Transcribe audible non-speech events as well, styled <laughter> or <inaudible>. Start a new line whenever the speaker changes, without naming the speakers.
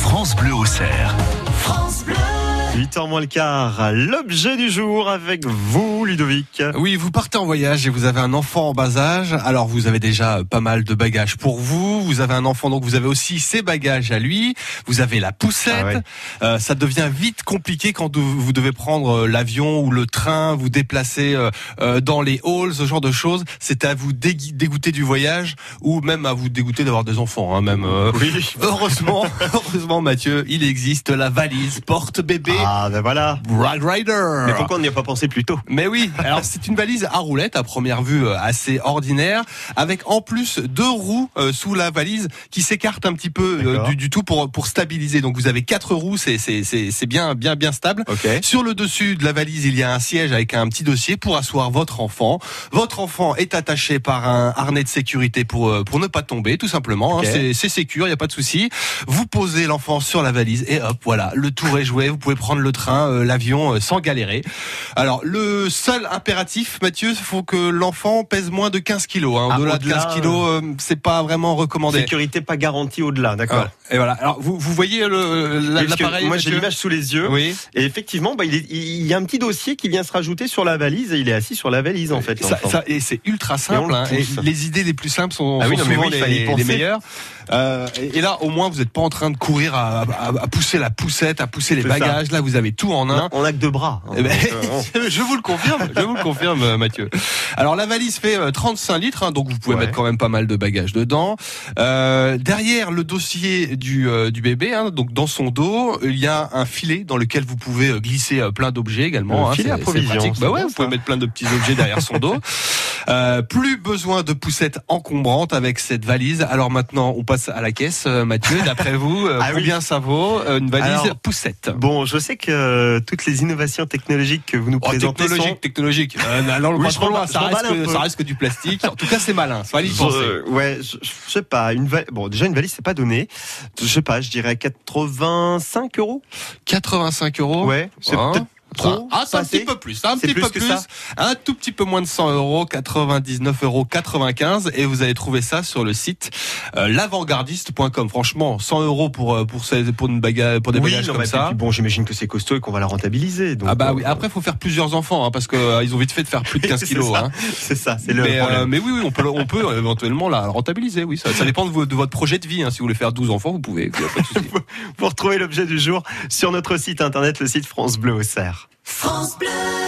France Bleu au Cerf.
8h moins le quart, l'objet du jour avec vous Ludovic.
<laughs> Oui, vous partez en voyage et vous avez un enfant en bas âge. Alors vous avez déjà pas mal de bagages pour vous. Vous avez un enfant, donc vous avez aussi ses bagages à lui. Vous avez la poussette.
Ah ouais.
Euh, ça devient vite compliqué quand vous vous devez prendre euh, l'avion ou le train, vous déplacer euh, euh, dans les halls, ce genre de choses. C'est à vous dégui- dégoûter du voyage ou même à vous dégoûter d'avoir des enfants. hein, même euh.
Oui.
heureusement, <laughs> heureusement Mathieu, il existe la valise porte bébé.
Ah ben voilà.
Rag Rider.
Mais pourquoi on n'y a pas pensé plus tôt
Mais oui, alors c'est une valise à roulettes à première vue euh, assez ordinaire, avec en plus deux roues euh, sous la valise qui s'écartent un petit peu euh,
D'accord.
du, du tout pour pour stabiliser. Donc vous avez quatre roues, c'est c'est c'est c'est bien bien bien stable.
Ok.
Sur le dessus de la valise, il y a un siège avec un petit dossier pour asseoir votre enfant. Votre enfant est attaché par un harnais de sécurité pour euh, pour ne pas tomber, tout simplement. hein.
Ok.
C'est c'est sécure, il y a pas de souci. Vous posez l'enfant sur la valise et hop, voilà, le tour est joué. Vous pouvez prendre le train, euh, l'avion euh, sans galérer. Alors le seul impératif, Mathieu, faut que l'enfant pèse moins de 15 kilos. hein.
Ah,
Au-delà de
au-delà,
15 kilos, euh, c'est pas vraiment recommandé.
Sécurité pas garantie au-delà, d'accord.
Voilà. Et voilà. Alors vous vous voyez le Ah. la-
Oui, parce que
l'appareil
moi j'ai
Mathieu
l'image sous les yeux
Oui.
et effectivement bah, il, est- il y a un petit dossier qui vient se rajouter sur la valise et il est assis sur la valise en fait.
Ça-
l'enfant.
ça- et c'est ultra
Et on
simple.
le
hein. Et
pousse.
les idées les plus simples sont,
Ah oui,
sont
non, mais
souvent
oui, il
les,
fallait y
les
penser.
meilleures. Euh, et et là, au moins, vous n'êtes pas en train de courir à, à- à pousser la poussette, à pousser les
C'est ça.
bagages. Là, vous avez tout en un.
On a que deux bras. hein,
Eh ben,
donc, euh, bon.
<laughs> je vous le confirme, je vous le confirme, euh, Mathieu. Alors la valise fait euh, 35 litres, hein, donc vous pouvez
Ouais.
mettre quand même pas mal de bagages dedans. Euh, derrière le dossier du, euh, du bébé, hein, donc dans son dos, il y a un filet dans lequel vous pouvez euh, glisser euh, plein d'objets également.
Le filet
c'est-
à
c'est
provision,
pratique.
c'est
Bah ouais,
bien
vous pouvez
ça.
mettre plein de petits objets derrière son dos. Euh, plus besoin de poussettes encombrantes avec cette valise. Alors maintenant, on passe à la caisse, euh, Mathieu. D'après vous, euh,
Ah oui.
combien ça vaut euh, une valise
Alors,
poussette
Bon, je sais que euh, toutes les innovations technologiques que vous nous
Oh,
présentez
technologique,
sont
technologique. Euh, n'allons
Oui,
pas
je
trop loin,
m'emballe-
ça
je
reste,
m'emballe un
que,
peu. hein.
ça reste que du plastique. En tout cas, c'est malin, fallait y
Je-
penser.
ouais, je, je sais pas, une va- bon déjà une valise c'est pas donné. Je sais pas, je dirais 85 euros.
85 euros.
Ouais, c'est
Hein
peut-être trop.
Ah, c'est un
passé.
petit peu plus, un
C'est
petit
plus
peu
que
plus,
ça.
un tout petit peu moins de 100 euros, 99 euros, 95, et vous allez trouver ça sur le site euh, l'avantgardiste.com. Franchement, 100 euros pour euh, pour ces- pour une baga- pour des
oui,
bagages
non,
comme
mais
ça.
puis bon, j'imagine que c'est costaud et qu'on va la rentabiliser. donc,
Ah bah
euh,
oui. Après, faut faire plusieurs enfants, hein, parce que euh, ils ont vite fait de
<laughs>
faire plus de 15
c'est
kilos.
ça,
hein.
<laughs> C'est ça, c'est le
mais, euh,
problème.
mais oui, oui, on peut, on peut éventuellement la rentabiliser. Oui, ça, ça dépend de, vo- de votre projet de vie. hein. Si vous voulez faire 12 enfants, vous pouvez. vous avez pas de souci.
Vous retrouvez l'objet du jour sur notre site internet, le site France Bleu au Cerf.